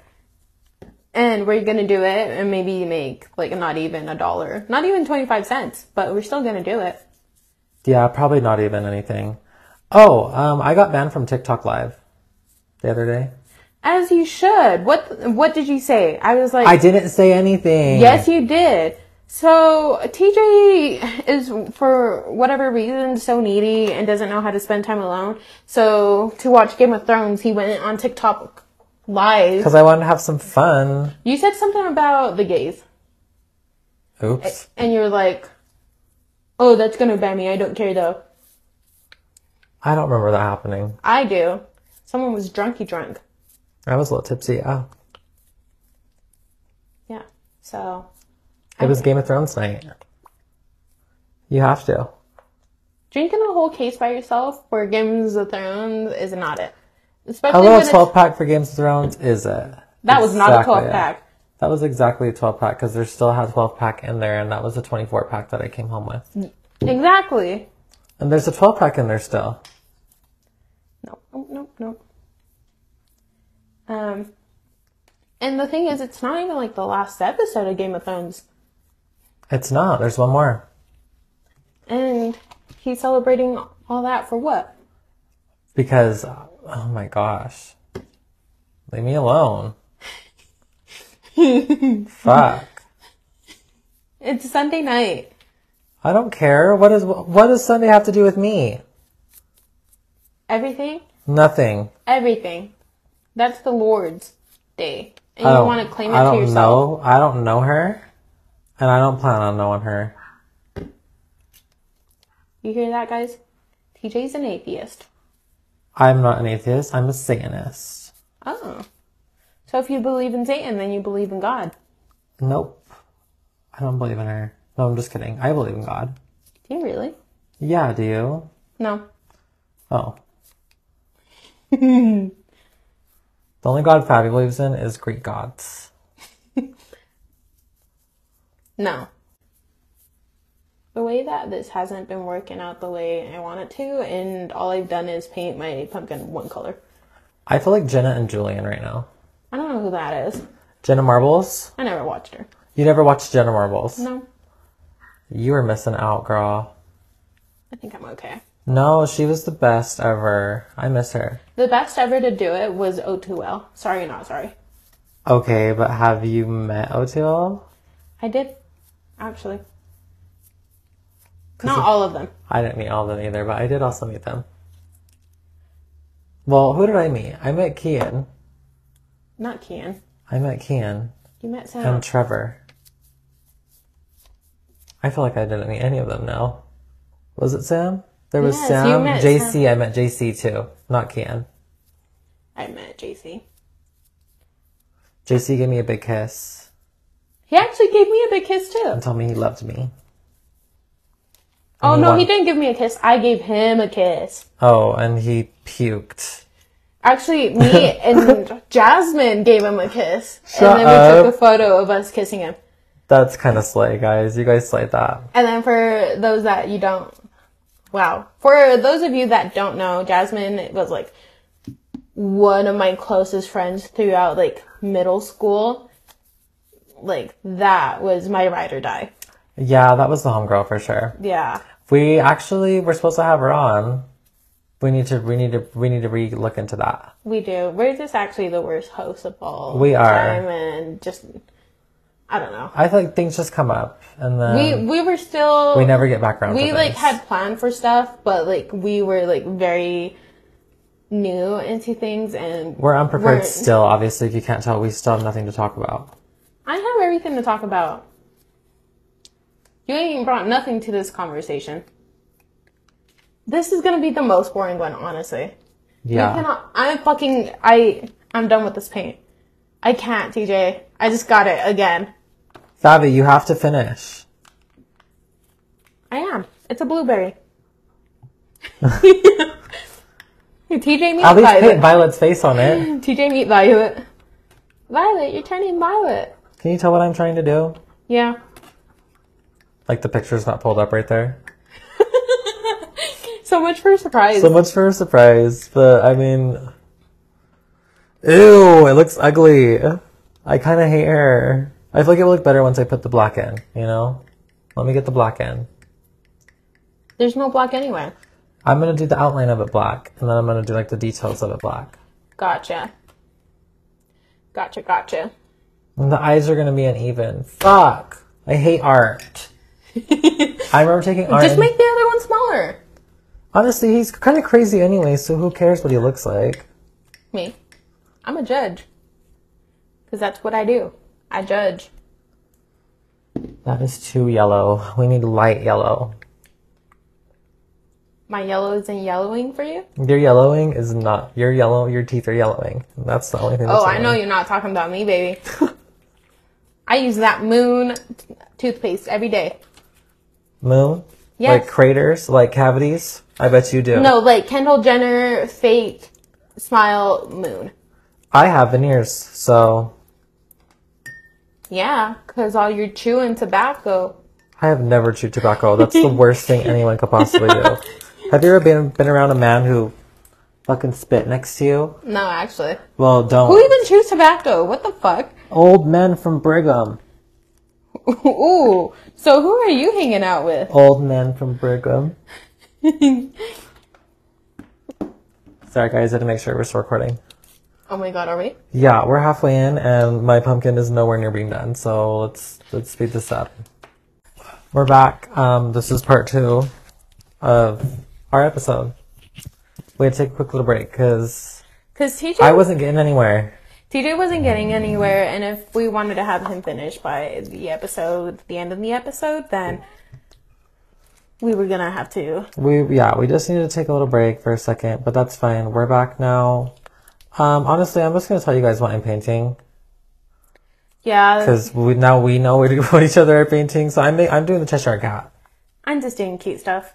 S2: and we're gonna do it and maybe make like not even a dollar not even 25 cents but we're still gonna do it
S1: Yeah, probably not even anything. Oh, um, I got banned from TikTok Live the other day.
S2: as you should what what did you say i was like
S1: I didn't say anything.
S2: yes you did so tj is for whatever reason so needy and doesn't know how to spend time alone so to watch game of thrones he went on tiktok live
S1: Because I wanted to have some fun.
S2: you said something about the gays
S1: Oops.
S2: and you're like oh that's gonna ban me i don't care though
S1: I don't remember that happening.
S2: i do someone was drunky drunk
S1: I was a little tipsy. Oh,
S2: Yeah. So
S1: it was Game of Thrones night. You have to.
S2: drinking a whole case by yourself for Games of Thrones is not it.
S1: A
S2: Especially when
S1: little
S2: it's-
S1: 12 pack for Games of Thrones is it?
S2: that was not a
S1: Exactly,
S2: 12
S1: yeah.
S2: pack.
S1: That was exactly a 12 pack because there still had 12 pack in there, and that was a 24 pack that I came home with.
S2: Exactly.
S1: And there's a 12 pack in there still.
S2: No, no, no, no. Um, and the thing is, it's not even like the last episode of Game of Thrones,
S1: It's not. There's one more.
S2: and he's celebrating all that for what?
S1: Because, oh my gosh. Leave me alone. Fuck.
S2: It's Sunday night.
S1: I don't care. What is what does Sunday have to do with me?
S2: Everything,
S1: Nothing.
S2: everything. That's the Lord's day, and
S1: I
S2: you
S1: don't-
S2: want to claim
S1: I
S2: it to
S1: don't
S2: yourself.
S1: know. I don't know her, and I don't plan on knowing her.
S2: You hear that, guys? TJ's an atheist.
S1: I'm not an atheist. I'm a Satanist.
S2: Oh. So if you believe in Satan, then you believe in God.
S1: Nope. I don't believe in her. No, I'm just kidding. I believe in God.
S2: Do you really?
S1: Yeah, do you?
S2: No.
S1: Oh. the only God Fabi believes in is Greek gods.
S2: No. The way that this hasn't been working out the way I want it to, and all I've done is paint my pumpkin one color.
S1: I feel like Jenna and Julian right now.
S2: I don't know who that is.
S1: Jenna Marbles?
S2: I never watched her.
S1: You never watched Jenna Marbles.
S2: No.
S1: You were missing out, girl.
S2: I think I'm okay.
S1: No, she was the best ever. I miss her.
S2: The best ever to do it was O2L. Sorry, not sorry.
S1: Okay, but have you met O'Toole?
S2: I did, actually. Not all of them.
S1: I didn't meet all of them either, but I did also meet them. Well, who did I meet? I met Kian.
S2: Not Kian.
S1: I met Kian
S2: You met Sam.
S1: and Trevor. I feel like I didn't meet any of them now. Was it Sam? There was
S2: Yes, you
S1: Sam,
S2: met
S1: JC. I met JC too, not Kian.
S2: I met JC.
S1: JC gave me a big kiss
S2: He actually gave me a big kiss too.
S1: and told me he loved me.
S2: Oh
S1: he
S2: no,
S1: won.
S2: he didn't give me a kiss. I gave him a kiss.
S1: Oh, and he puked.
S2: Actually, me and Jasmine gave him a kiss.
S1: Shut
S2: and then we took a photo of us kissing him.
S1: That's kind of slay, guys. You guys slayed that.
S2: And then for those that you don't, wow. For those of you that don't know, Jasmine was like one of my closest friends throughout like middle school. Like that was my ride or die.
S1: Yeah, that was the homegirl for sure.
S2: Yeah.
S1: We actually were supposed to have her on. We need to, we need to, we need to re look into that.
S2: We do. We're just actually the worst hosts of all
S1: We are.
S2: time, and just I don't know.
S1: I think things just come up and then
S2: we we were still
S1: Um, we, never get back around.
S2: we
S1: to
S2: like
S1: things.
S2: had planned for stuff, but like we were like very new into things, and
S1: We're unprepared
S2: we're-
S1: still, obviously, if you can't tell, we still have nothing to talk about.
S2: I have everything to talk about. You ain't brought nothing to this conversation. This is gonna be the most boring one, honestly.
S1: Yeah.
S2: I cannot. I'm fucking. I. I'm done with this paint. I can't, TJ. I just got it again.
S1: Fabi, you have to finish.
S2: I am. It's a blueberry. TJ meat
S1: At least paint
S2: violet.
S1: Violet's face on it.
S2: TJ meat violet. Violet, you're turning violet.
S1: Can you tell what I'm trying to do?
S2: Yeah.
S1: Like the picture's not pulled up right there.
S2: So much for surprise.
S1: So much for a surprise, but I mean, ew, it looks ugly. I kind of hate her. I feel like it will look better once I put the black in. You know, let me get the black in.
S2: There's no black anywhere.
S1: I'm gonna do the outline of it black, and then I'm gonna do like the details of it black.
S2: Gotcha. Gotcha. Gotcha.
S1: And the eyes are gonna be uneven. Fuck! I hate art. I remember taking art.
S2: Just
S1: and-
S2: make the other one smaller.
S1: Honestly, he's kind of crazy anyway, so who cares what he looks like?
S2: Me. I'm a judge. Because that's what I do. I judge.
S1: That is too yellow. We need light yellow.
S2: My yellow isn't yellowing for you?
S1: Your yellowing is not your yellow. Your teeth are yellowing. That's the only thing. That's
S2: Oh, I know
S1: yellowing.
S2: you're not talking about me, baby. I use that moon t- toothpaste every day.
S1: Moon.
S2: Yes.
S1: Like craters, like cavities. I bet you do.
S2: No, like Kendall Jenner fake smile moon.
S1: I have veneers, so
S2: Yeah, because all you're chewing tobacco.
S1: I have never chewed tobacco. That's the worst thing anyone could possibly do. Have you ever been been around a man who fucking spit next to you?
S2: No, actually.
S1: Well, don't.
S2: Who even chews tobacco? What the fuck?
S1: Old men from Brigham.
S2: Ooh. So who are you hanging out with?
S1: Old men from Brigham. Sorry, guys. I had to make sure we're still recording.
S2: Oh my god, are we?
S1: Yeah, we're halfway in, and my pumpkin is nowhere near being done. So let's let's speed this up. We're back. Um, this is part two of our episode. We had to take a quick little break because
S2: Because TJ,
S1: I wasn't getting anywhere.
S2: TJ wasn't getting anywhere, and if we wanted to have him finish by the episode, the end of the episode, then we were gonna have to.
S1: We yeah, we just needed to take a little break for a second, but that's fine. We're back now. Um, honestly, I'm just gonna tell you guys what I'm painting
S2: Yeah,
S1: because we, now we know we what each other are painting. So I'm ma- I'm doing the Cheshire Cat.
S2: I'm just doing cute stuff.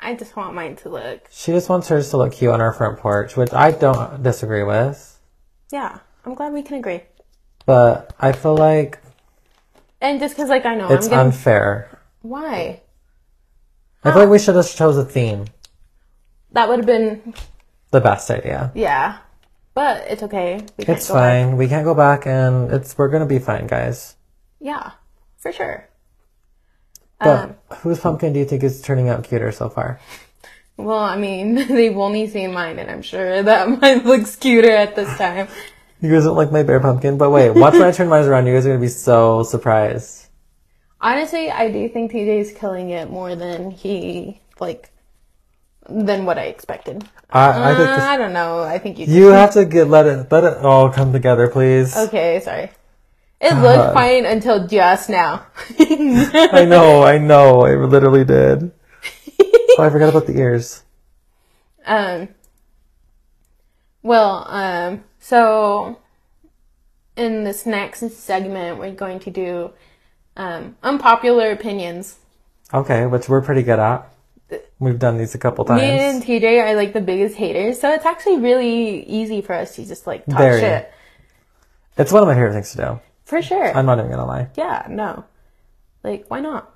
S2: I just want mine to look.
S1: She just wants hers to look cute on our front porch, which I don't disagree with.
S2: Yeah, I'm glad we can agree.
S1: but I feel like
S2: And just because, like, I know
S1: it's
S2: I'm gonna.
S1: unfair.
S2: why?
S1: I feel like we should have chose a theme.
S2: That would have been.
S1: The best idea.
S2: Yeah, but it's okay. We can't
S1: It's
S2: go back.
S1: fine. We can't go back, and it's we're gonna be fine, guys.
S2: Yeah, for sure. Um,
S1: But whose pumpkin do you think is turning out cuter so far?
S2: Well, I mean, they've only seen mine, and I'm sure that mine looks cuter at this time.
S1: You guys don't like my bear pumpkin, but wait, watch when I turn mine around. You guys are gonna be so surprised.
S2: Honestly, I do think TJ's killing it more than he like than what I expected.
S1: I, I think
S2: Uh, I don't know. I think you.
S1: this, you have to get let it let it all come together, please.
S2: okay, sorry. It looked fine until just now.
S1: Uh-huh. I know, I know, I literally did. oh, I forgot about the ears.
S2: um. Well, um. So, in this next segment, we're going to do um unpopular opinions.
S1: Okay, which we're pretty good at. We've done these a couple times.
S2: Me and TJ are like the biggest haters, so it's actually really easy for us to just like talk
S1: Very.
S2: shit
S1: It's one of my favorite things to do.
S2: for sure.
S1: I'm not even gonna lie.
S2: Yeah, no. Like, why not?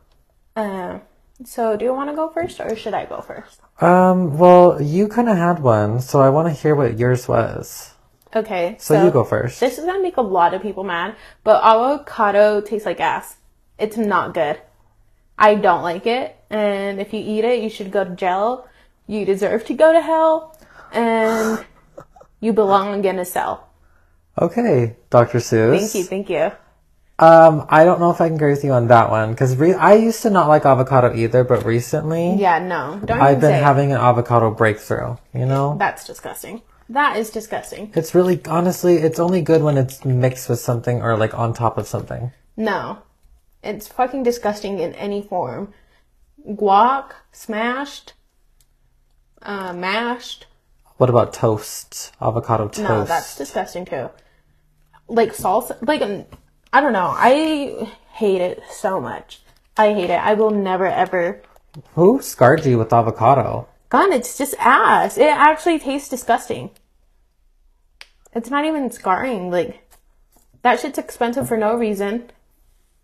S2: Um, so, do you want to go first or should I go first?
S1: Um, well, you kind of had one, so I want to hear what yours was.
S2: Okay,
S1: So, you go first.
S2: This is gonna make a lot of people mad, but avocado tastes like ass. It's not good. I don't like it, and if you eat it, you should go to jail. You deserve to go to hell, and you belong in a cell.
S1: Okay, Dr. Seuss.
S2: Thank you, thank you.
S1: Um, I don't know if I can agree with you on that one because re- I used to not like avocado either, but recently
S2: Yeah, no, don't
S1: I've
S2: even
S1: been
S2: say it.
S1: having an avocado breakthrough. You know,
S2: That's disgusting. That is disgusting.
S1: it's really honestly, it's only good when it's mixed with something or like on top of something.
S2: No. It's fucking disgusting in any form. Guac, smashed, uh, mashed.
S1: What about toast? Avocado toast.
S2: No, that's disgusting too. Like salsa, like um, I don't know. I hate it so much. I hate it. I will never ever.
S1: Who scarred you with avocado?
S2: God, it's just ass. It actually tastes disgusting. It's not even scarring. Like that shit's expensive for no reason.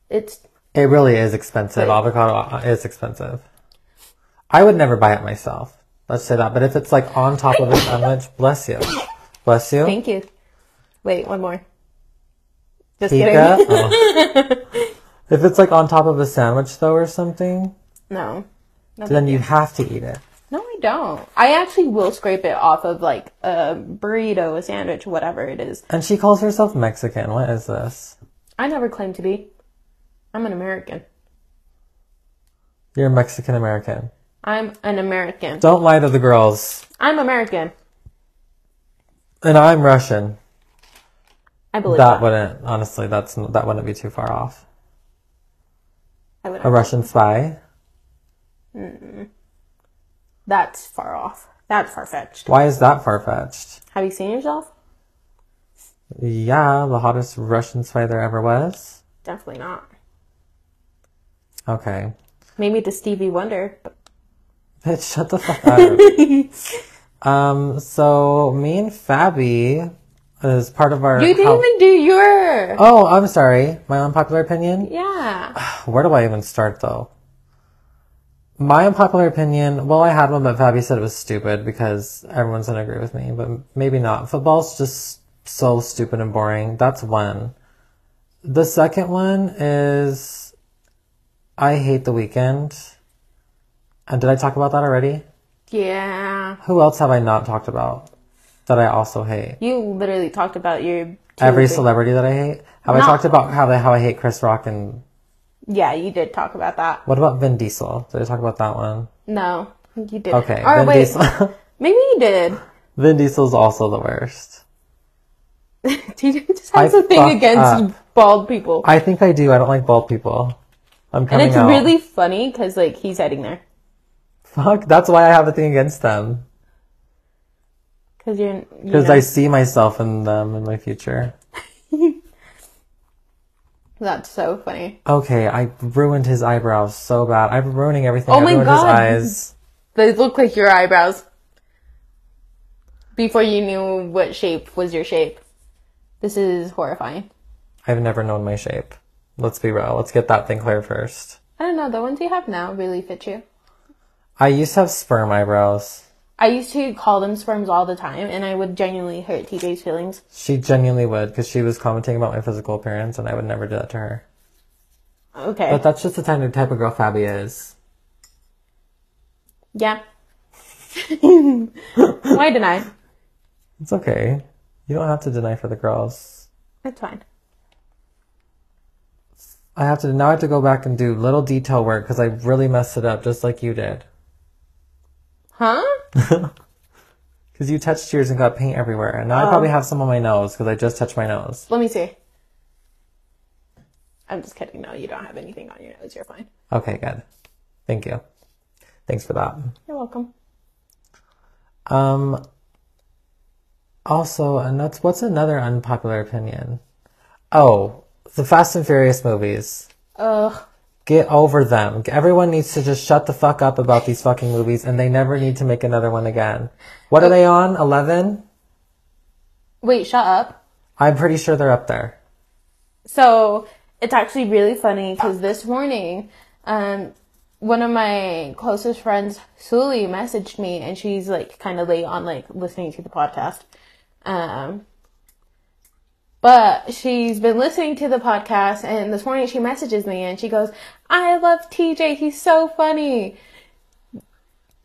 S2: It's
S1: It really is expensive. Avocado uh, is expensive. I would never buy it myself. Let's say that. But if it's like on top of a sandwich, bless you. Bless you.
S2: thank you. Wait, one more. Just
S1: Tika.
S2: kidding.
S1: Oh. if it's like on top of a sandwich though or something,
S2: No.
S1: then you have to eat it.
S2: No, I don't. I actually will scrape it off of like a burrito, a sandwich, whatever it is.
S1: And she calls herself Mexican. What is this?
S2: I never claim to be. I'm an American.
S1: You're Mexican American.
S2: I'm an American.
S1: Don't lie to the girls.
S2: I'm American.
S1: And I'm Russian.
S2: I believe that.
S1: That wouldn't honestly. That's n- that wouldn't be too far off.
S2: I would.
S1: A Russian spy.
S2: That's far off. That's far fetched.
S1: Why is that far fetched?
S2: Have you seen yourself?
S1: Yeah, the hottest Russian spy there ever was.
S2: Definitely not.
S1: Okay,
S2: Maybe to Stevie Wonder. But
S1: bitch, shut the fuck up. um, so me and Fabi is part of our.
S2: you didn't
S1: how-
S2: even do your.
S1: Oh, I'm sorry. My unpopular opinion.
S2: Yeah.
S1: Where do I even start though? My unpopular opinion, well, I had one, but Fabi said it was stupid because everyone's gonna agree with me, but m- maybe not. Football's just so stupid and boring. That's one. The second one is I hate the weekend. And did I talk about that already?
S2: Yeah.
S1: Who else have I not talked about that I also hate?
S2: You literally talked about your. two
S1: Every
S2: big-
S1: celebrity that I hate? Have I
S2: No.
S1: talked about how, how I hate Chris Rock and
S2: Yeah, you did talk about that.
S1: what about Vin Diesel? Did I talk about that one?
S2: No, you didn't.
S1: Okay,
S2: Or
S1: Vin
S2: wait,
S1: Diesel.
S2: maybe you did.
S1: Vin Diesel's also the worst.
S2: TJ just
S1: I
S2: has a
S1: fucked
S2: thing against
S1: up.
S2: bald people,
S1: I think I do. I don't like bald people. I'm
S2: and
S1: coming
S2: it's
S1: out.
S2: really funny because like he's heading there
S1: fuck. That's why I have a thing against them
S2: because you're. You
S1: because
S2: know,
S1: I see myself in them in my future.
S2: that's so funny.
S1: Okay, I ruined his eyebrows so bad. I'm ruining everything.
S2: Oh
S1: I
S2: my
S1: ruined
S2: God.
S1: his eyes.
S2: They look like your eyebrows. Before you knew what shape was your shape, this is horrifying.
S1: I've never known my shape. Let's be real. Let's get that thing clear first.
S2: I don't know. The ones you have now really fit you.
S1: I used to have sperm eyebrows.
S2: I used to call them sperms all the time, and I would genuinely hurt TJ's feelings.
S1: She genuinely would because she was commenting about my physical appearance, and I would never do that to her.
S2: Okay.
S1: But that's just the kind of type of girl Fabi is.
S2: yeah. Why deny?
S1: It's okay. You don't have to deny for the girls.
S2: It's fine.
S1: I have to now I have to go back and do little detail work because I really messed it up just like you did.
S2: Huh?
S1: Because you touched yours and got paint everywhere, and now I probably have some on my nose because I just touched my nose.
S2: Let me see. I'm just kidding. No, you don't have anything on your nose. You're fine.
S1: Okay, good. Thank you. Thanks for that.
S2: You're welcome.
S1: Um. Also, and that's what's another unpopular opinion. Oh, the Fast and Furious movies.
S2: Ugh.
S1: Get over them. Everyone needs to just shut the fuck up about these fucking movies and they never need to make another one again. What are they on? 11?
S2: Wait, shut up.
S1: I'm pretty sure they're up there.
S2: So it's actually really funny because this morning, um, one of my closest friends, Suli, messaged me and she's like kind of late on like listening to the podcast. Um, But she's been listening to the podcast, and this morning she messages me and she goes, I love TJ. He's so funny.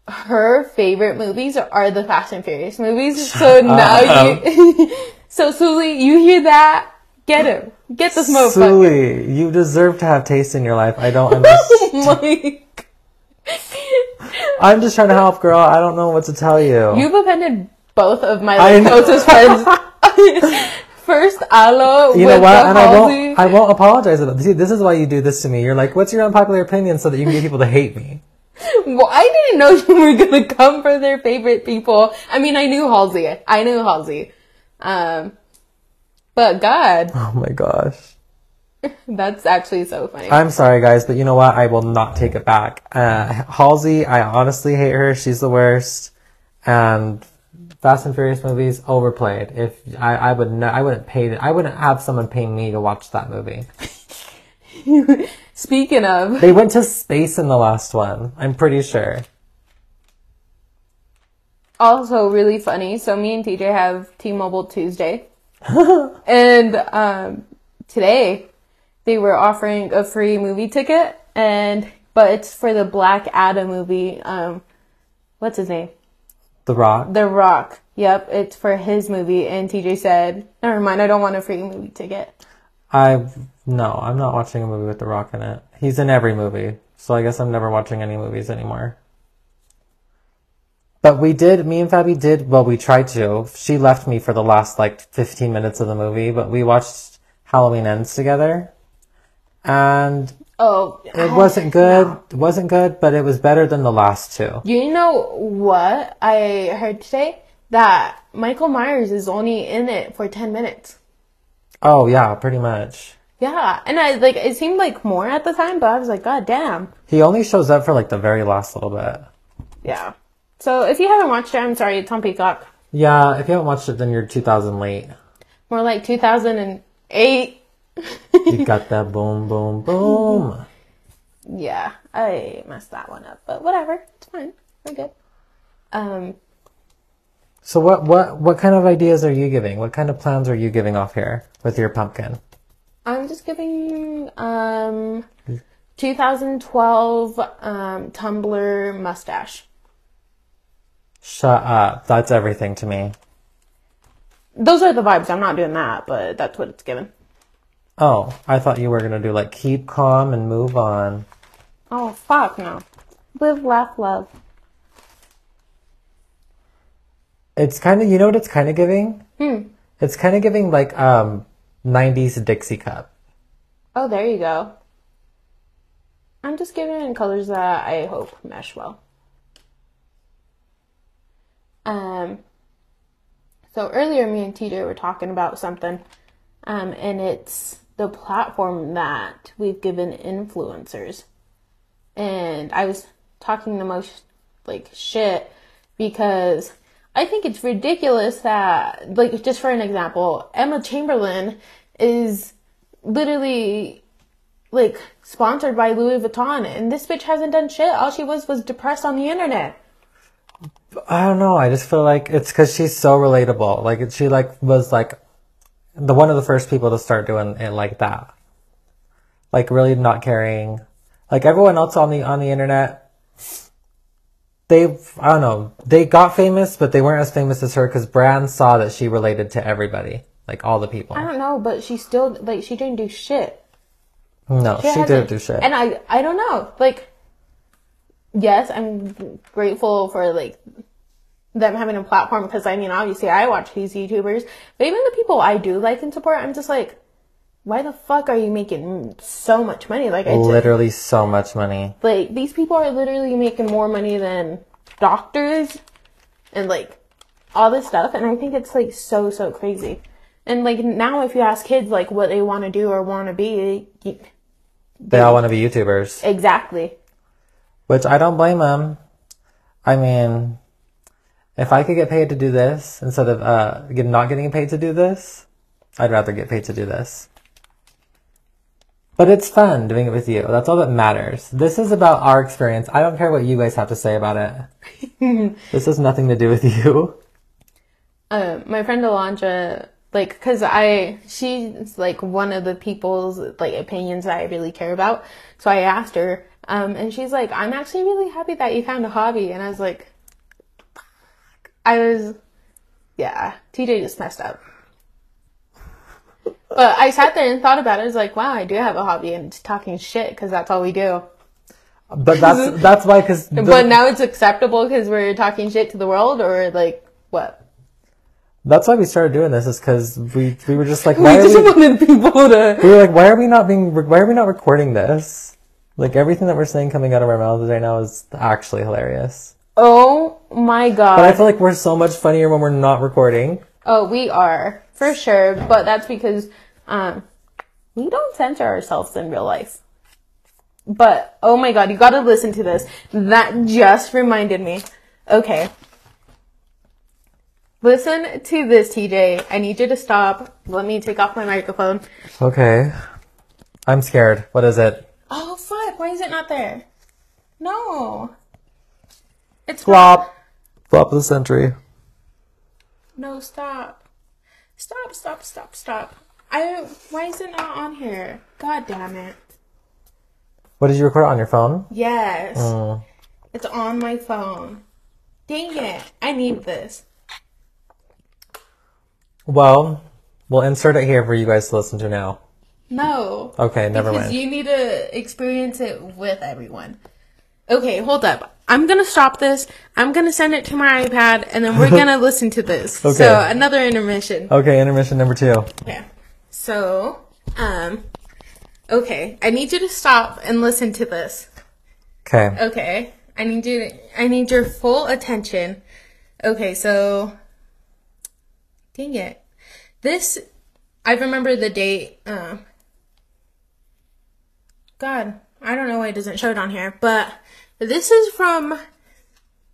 S2: Her favorite movies are the Fast and Furious movies. So now you. so, Suli, you hear that? Get him. Get this motherfucker.
S1: Suli, you deserve to have taste in your life. I don't understand.
S2: like,
S1: I'm just trying to help, girl. I don't know what to tell you.
S2: you've offended both of my
S1: I
S2: like,
S1: know.
S2: closest friends. first aloe.
S1: You know
S2: with
S1: what?
S2: The
S1: And I
S2: Halsey.
S1: won't. I won't apologize about this. See, this is why you do this to me. You're like, "What's your unpopular opinion?" So that you can get people to hate me.
S2: Well, I didn't know you were gonna come for their favorite people. I mean, I knew Halsey. I knew Halsey. Um, but God,
S1: Oh my gosh.
S2: that's actually so funny.
S1: I'm sorry, guys, but you know what? I will not take it back. Uh, Halsey, I honestly hate her. She's the worst. And Fast and Furious movies overplayed. If I, I would no, I wouldn't pay. I wouldn't have someone pay me to watch that movie.
S2: Speaking of,
S1: They went to space in the last one. I'm pretty sure.
S2: also really funny. So me and TJ have T-Mobile Tuesday, and um, today they were offering a free movie ticket, and but it's for the Black Adam movie. Um, what's his name?
S1: The Rock.
S2: The Rock. Yep, it's for his movie. And TJ said, "Never mind, I don't want a free movie ticket."
S1: I no, I'm not watching a movie with The Rock in it. He's in every movie, so I guess I'm never watching any movies anymore. But we did, me and Fabi did, well, we tried to. She left me for the last like 15 minutes of the movie, but we watched Halloween Ends together. And
S2: Oh,
S1: it wasn't good. It wasn't good, but it was better than the last two.
S2: You know what I heard today? That Michael Myers is only in it for ten minutes.
S1: Oh, yeah, pretty much.
S2: Yeah, and I like it seemed like more at the time, but I was like, God damn.
S1: He only shows up for like the very last little bit.
S2: Yeah. So if you haven't watched it, I'm sorry, it's on Peacock.
S1: Yeah, if you haven't watched it, then you're 2000 late.
S2: More like 2008.
S1: You got that boom, boom, boom.
S2: Yeah, I messed that one up, but whatever, it's fine. We're good. Um,
S1: So what what what kind of ideas are you giving? What kind of plans are you giving off here with your pumpkin?
S2: I'm just giving um 2012 um Tumblr mustache.
S1: Shut up. That's everything to me.
S2: Those are the vibes. I'm not doing that, but that's what it's given.
S1: Oh, I thought you were gonna do like keep calm and move on.
S2: Oh fuck no. Live, laugh, love.
S1: It's kind of you know what it's kind of giving. Hmm. It's kind of giving like um '90s Dixie cup.
S2: Oh, there you go. I'm just giving it in colors that I hope mesh well. Um, so earlier, me and TJ were talking about something, um, and it's the platform that we've given influencers. And I was talking the most like shit because I think it's ridiculous that, like, just for an example, Emma Chamberlain is literally like sponsored by Louis Vuitton, and this bitch hasn't done shit. All she was was depressed on the internet.
S1: I don't know. I just feel like it's because she's so relatable. Like she like was like the one of the first people to start doing it like that. Like really not caring. Like everyone else on the on the internet, they I don't know. They got famous, but they weren't as famous as her because Brand saw that she related to everybody, like all the people.
S2: I don't know, but she still like she didn't do shit.
S1: No, she
S2: hasn't-
S1: didn't do shit.
S2: And I I don't know. Like yes, I'm grateful for like them having a platform because I mean obviously I watch these YouTubers, but even the people I do like and support, I'm just like, why the fuck are you making so much money? Like I just,
S1: Literally so much money.
S2: like these people are literally making more money than doctors and like all this stuff and i think it's like so so crazy and like now if you ask kids like what they want to do or want to be y-
S1: They all want to be YouTubers.
S2: exactly
S1: Which I don't blame them. I mean, if I could get paid to do this instead of uh, get, not getting paid to do this, I'd rather get paid to do this. But it's fun doing it with you. That's all that matters. This is about our experience. I don't care what you guys have to say about it. this has nothing to do with you.
S2: uh, my friend Alondra, like, cause I, she's like one of the people's like opinions that I really care about. So I asked her, um, and she's like, I'm actually really happy that you found a hobby. And I was like, fuck. I was, yeah, TJ just messed up. But I sat there and thought about it. I was like, wow, I do have a hobby and it's talking shit because that's all we do.
S1: But that's that's why because
S2: But now it's acceptable because we're talking shit to the world or like what?
S1: That's why we started doing this is because we we were just like
S3: We
S1: why are
S3: just
S1: we,
S3: wanted people to.
S1: we were like why are we not being why are we not recording this? Like everything that we're saying coming out of our mouths right now is actually hilarious.
S3: Oh my
S1: But I
S3: god.
S1: feel like we're so much funnier when we're not recording.
S3: Oh, we are for sure, but that's because um, we don't censor ourselves in real life. But oh my god, you got to listen to this. That just reminded me. Okay. Listen to this, TJ. I need you to stop. Let me take off my microphone.
S1: Okay. I'm scared. What is it?
S2: Oh fuck! Why is it not there? No. It's
S1: Flop. Flop of the century.
S2: No, stop. Stop, stop, stop, stop. I why is it not on here? God damn it.
S1: What did you record on your phone?
S2: Yes.
S1: Uh.
S2: It's on my phone. Dang it. I need this.
S1: Well, we'll insert it here for you guys to listen to now.
S2: No.
S1: Okay, never
S2: because
S1: mind.
S2: you need to experience it with everyone. Okay, hold up. I'm gonna stop this. I'm gonna send it to my iPad and then we're gonna listen to this.
S1: Okay. Oh.
S2: So another intermission.
S1: Okay, intermission number two.
S2: Yeah. So, um okay, I need you to stop and listen to this.
S1: Okay.
S2: Okay. I need you I need your full attention. Okay, so dang it. This I remember the date, um God, I don't know why it doesn't show it on here, but this is from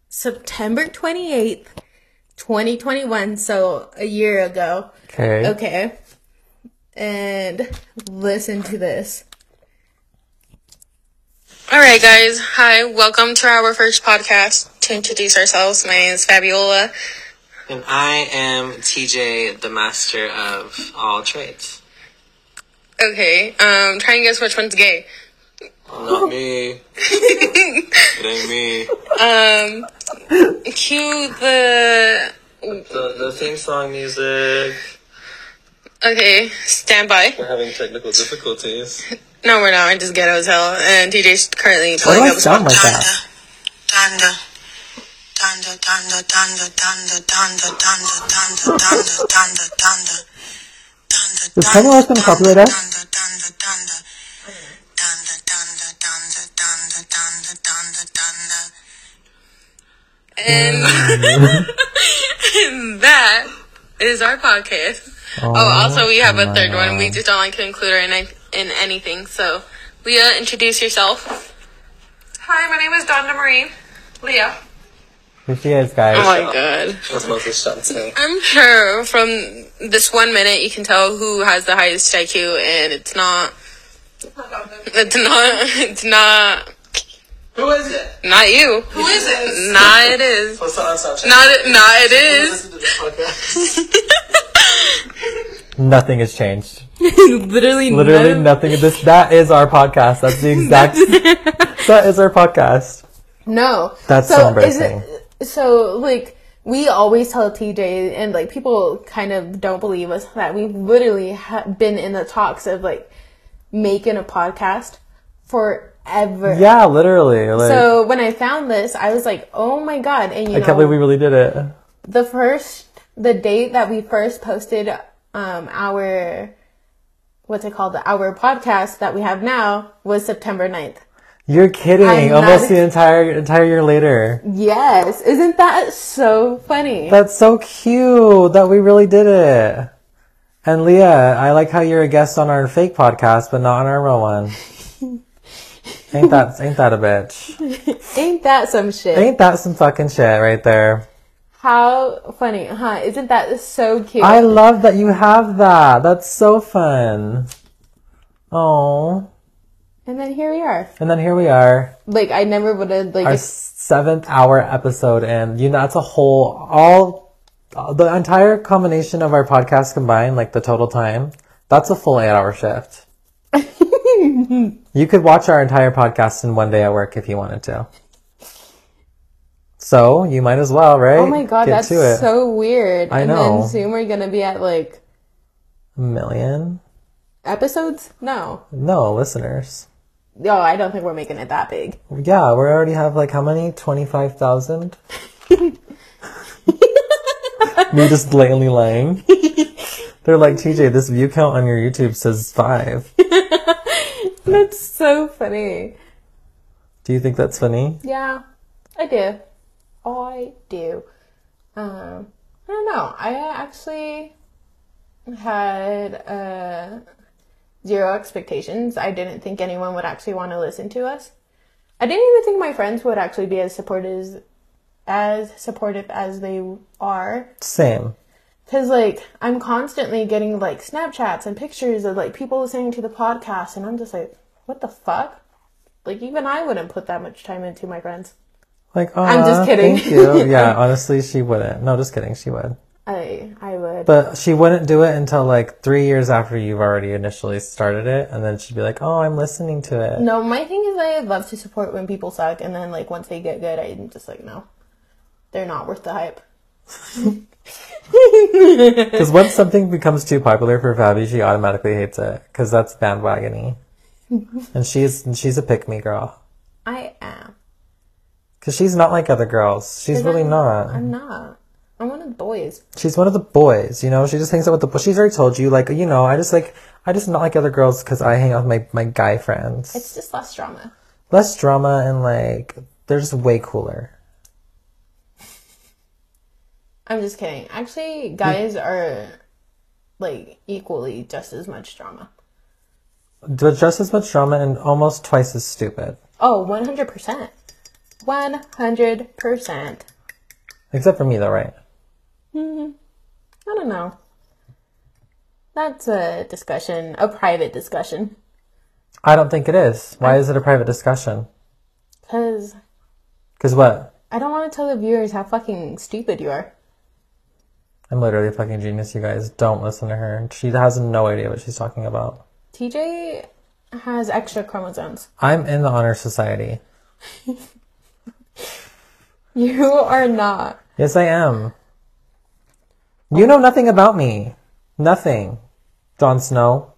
S2: September 28th, 2021, so a year ago.
S1: Okay.
S2: Okay. And listen to this. All right, guys. Hi. Welcome to our first podcast. To introduce ourselves, my name is Fabiola.
S4: And I am TJ, the master of all trades.
S2: Okay. Um, try and guess which one's gay.
S4: Not me. it ain't me.
S2: Um, Cue the.
S4: The, the theme song music.
S2: Okay. Stand by.
S4: We're having technical difficulties.
S2: No, we're not. I'm just ghetto as hell. And DJ's
S1: Why
S2: currently
S1: do
S2: pulling
S1: I
S2: up.
S1: sound like that?
S5: Thunder. Thunder, thunder, thunder, thunder, thunder, thunder, thunder, thunder, thunder, thunder. Thunder,
S1: Is Pamela Anderson
S5: thunder,
S1: copyright us?
S5: thunder, thunder, thunder. Thunder, thunder, thunder, thunder, thunder, thunder, thunder.
S2: And that is our podcast. Oh, also we have a third one. We just don't like to include her in any- in anything. So, Leah, introduce yourself.
S6: Hi, my name is Donna Marie. Leah.
S1: Here she is, guys.
S2: Oh my god.
S4: That's mostly Shantae.
S2: I'm sure from this one minute you can tell who has the highest IQ, and it's not. It's not. It's not.
S4: Who is it?
S2: Not you. Who
S6: is it?
S2: Nah, it is.
S4: What's on Snapchat?
S2: Not. Nah, it is.
S4: Listen to this podcast.
S1: Nothing has changed.
S3: Literally,
S1: Literally
S3: none of-
S1: nothing. This that is our podcast. That's the exact. that is our podcast.
S3: No.
S1: That's so
S3: is
S1: embarrassing.
S3: it- so like we always tell TJ and like people kind of don't believe us that we've literally ha- been in the talks of like making a podcast forever.
S1: Yeah, literally. Like,
S3: So when I found this, I was like, "Oh my god!" And you
S1: I
S3: know,
S1: can't believe we really did it.
S3: the first the date that we first posted um our what's it called our podcast that we have now was September 9th.
S1: You're kidding.
S3: I'm not
S1: Almost
S3: ex-
S1: the entire entire year later.
S3: Yes, isn't that so funny?
S1: That's so cute that we really did it. And Leah, I like how you're a guest on our fake podcast, but not on our real one. ain't that ain't that a bitch?
S3: Ain't that some shit?
S1: Ain't that some fucking shit right there?
S3: How funny, huh? Isn't that so cute?
S1: I love that you have that. That's so fun. Oh,
S3: and then here we are.
S1: and then here we are,
S3: Like I never would have like.
S1: our seventh hour episode, and you know that's a whole all the entire combination of our podcast combined, like the total time. That's a full eight hour shift. You could watch our entire podcast in one day at work if you wanted to. So you might as well, right?
S3: oh my god,
S1: Get
S3: that's
S1: to it.
S3: so weird.
S1: I
S3: and
S1: know.
S3: then soon we're gonna be at like
S1: a million.
S3: episodes. No,
S1: No listeners.
S3: no, I don't think we're making it that big.
S1: Yeah, we already have like how many? Twenty five thousand. Me just blatantly lying. They're like, TJ, this view count on your YouTube says five.
S3: That's so funny.
S1: Do you think that's funny?
S3: Yeah, I do. I do. Um, I don't know. I actually had uh, zero expectations. I didn't think anyone would actually want to listen to us. I didn't even think my friends would actually be as supportive as supportive as they are.
S1: Same.
S3: Cause like I'm constantly getting like Snapchats and pictures of like people listening to the podcast, and I'm just like, what the fuck? Like even I wouldn't put that much time into my friends.
S1: Like, oh, I'm
S3: just kidding.
S1: Thank you. Yeah, honestly, she wouldn't. No, just kidding. She would.
S3: I I would.
S1: But she wouldn't do it until like three years after you've already initially started it. And then she'd be like, oh, I'm listening to it.
S3: no, my thing is I love to support when people suck, and then like once they get good, I'm just like, no, they're not worth the hype.
S1: Because once something becomes too popular for Fabi, she automatically hates it. Because that's bandwagony. and she's and she's a pick me girl.
S3: I am.
S1: Because she's not like other girls. She's really not.
S3: I'm not. I'm one of the boys.
S1: She's one of the boys, you know. She just hangs out with the boys. She's already told you, like, you know, I just like, I just not like other girls because I hang out with my my guy friends.
S3: It's just less drama.
S1: Less drama and like, they're just way cooler.
S3: I'm just kidding. Actually, guys are like equally just as much drama.
S1: But just as much drama and almost twice as stupid,
S3: Oh, 100%. 100%.
S1: except for me, though, right?
S3: I don't know. That's a discussion, a private discussion.
S1: I don't think it is. Why is it a private discussion?
S3: Because
S1: Because what?
S3: I don't want to tell the viewers how fucking stupid you are.
S1: I'm literally a fucking genius, you guys. Don't listen to her. She has no idea what she's talking about.
S3: TJ has extra chromosomes.
S1: I'm in the honor society.
S3: You are not.
S1: Yes, I am. You know nothing about me. Nothing. Jon Snow.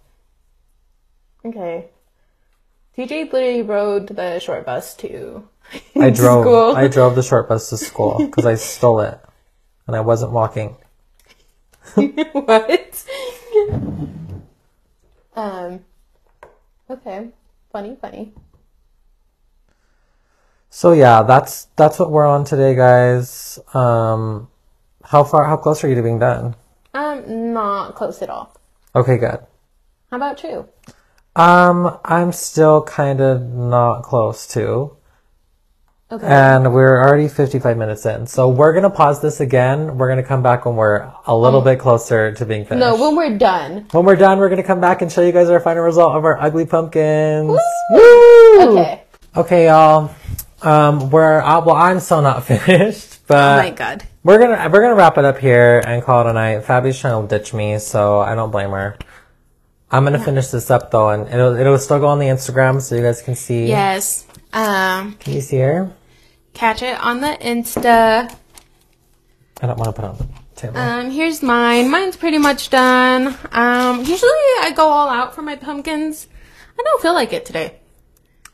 S3: Okay. TJ literally rode the short bus to
S1: I drove.
S3: school.
S1: I drove the short bus to school because I stole it, and I wasn't walking.
S3: what? um. Okay. Funny, funny.
S1: So yeah, that's that's what we're on today, guys. Um, how far? How close are you to being done?
S3: Um, not close at all.
S1: Okay, good.
S3: How about you?
S1: Um, I'm still kind of not close to.
S3: Okay.
S1: And we're already 55 minutes in. So we're going to pause this again. We're going to come back when we're a little bit closer to being finished.
S3: Um, No, when we're done.
S1: When we're done, we're going to come back and show you guys our final result of our ugly pumpkins.
S3: Okay.
S1: Okay, y'all. Um, we're, uh, well, I'm still not finished, but
S3: Oh
S2: my God.
S1: we're gonna, we're gonna wrap it up here and call it a night. Fabi's trying to ditch me, so I don't blame her. I'm gonna finish this up though, and it'll, it'll still go on the Instagram so you guys can see.
S2: Yes. Um,
S1: Can you see her?
S2: catch it on the Insta.
S1: I don't want to put it on the table.
S2: Um, here's mine. Mine's pretty much done. Um, usually I go all out for my pumpkins. I don't feel like it today.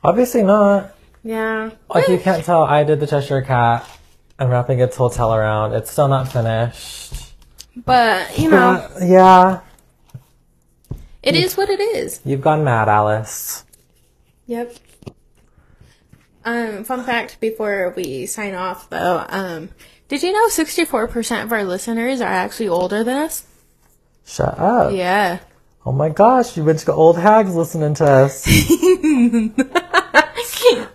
S1: Obviously not.
S2: Yeah.
S1: Like Oh, you can't tell, I did the Cheshire Cat. I'm wrapping its hotel around. It's still not finished.
S2: But, you know,
S1: Uh, yeah,
S2: it is what it is.
S1: you've gone mad, Alice.
S2: Yep. Um, fun fact before we sign off though, um, did you know 64% of our listeners are actually older than us?
S1: Shut up.
S2: Yeah.
S1: Oh my gosh, you went to old hags listening to us.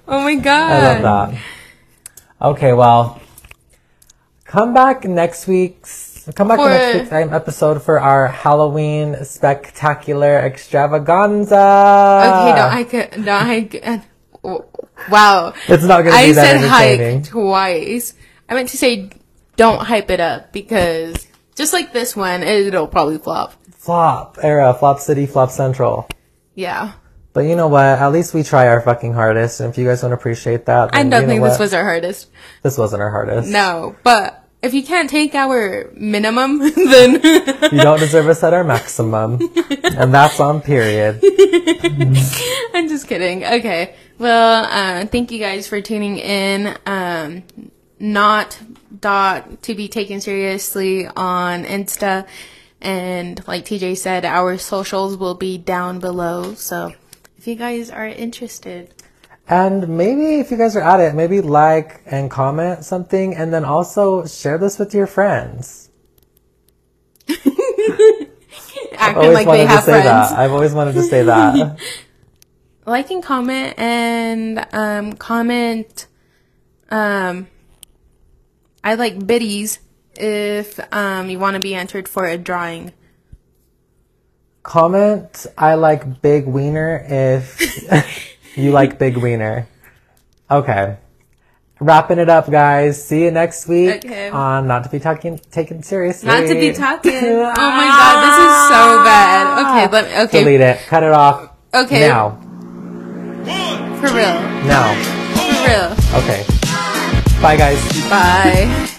S2: Oh my
S1: I
S2: god.
S1: love that. Okay, well, come back next week's come back to
S2: For-
S1: next week's um, episode for our Halloween spectacular extravaganza.
S2: Okay,
S1: Uh,
S2: no, I could, no, I could, w- wow.
S1: It's not gonna
S2: I
S1: be that
S2: said
S1: entertaining.
S2: hike twice. I meant to say don't hype it up because just like this one, it'll probably flop.
S1: flop era, flop city, flop central.
S2: Yeah.
S1: But you know what? At least we try our fucking hardest. And if you guys don't appreciate that,
S2: I
S1: then you
S2: don't
S1: know
S2: think
S1: what?
S2: this was our hardest.
S1: this wasn't our hardest.
S2: No, but if you can't take our minimum, then
S1: you don't deserve us at our maximum, and that's on period.
S2: I'm just kidding. Okay. Well, uh, thank you guys for tuning in. Um, not dot to be taken seriously on Insta. And like TJ said, our socials will be down below. So if you guys are interested,
S1: And maybe if you guys are at it, maybe like and comment something and then also share this with your friends.
S2: acting like they
S1: wanted
S2: have
S1: to say
S2: friends.
S1: that. I've always wanted to say that.
S2: like and comment and um, comment um, i like biddies if um, you want to be entered for a drawing
S1: comment I like big wiener if you like big wiener. Okay. Wrapping it up, guys. See you next week
S2: Okay.
S1: on Not to Be Talking Taken Seriously.
S2: not to be talking oh my god this is so bad okay let me okay
S1: Delete it. Cut it off.
S2: okay
S1: Now.
S2: for real
S1: Now.
S2: for real
S1: Okay. Bye, guys.
S2: bye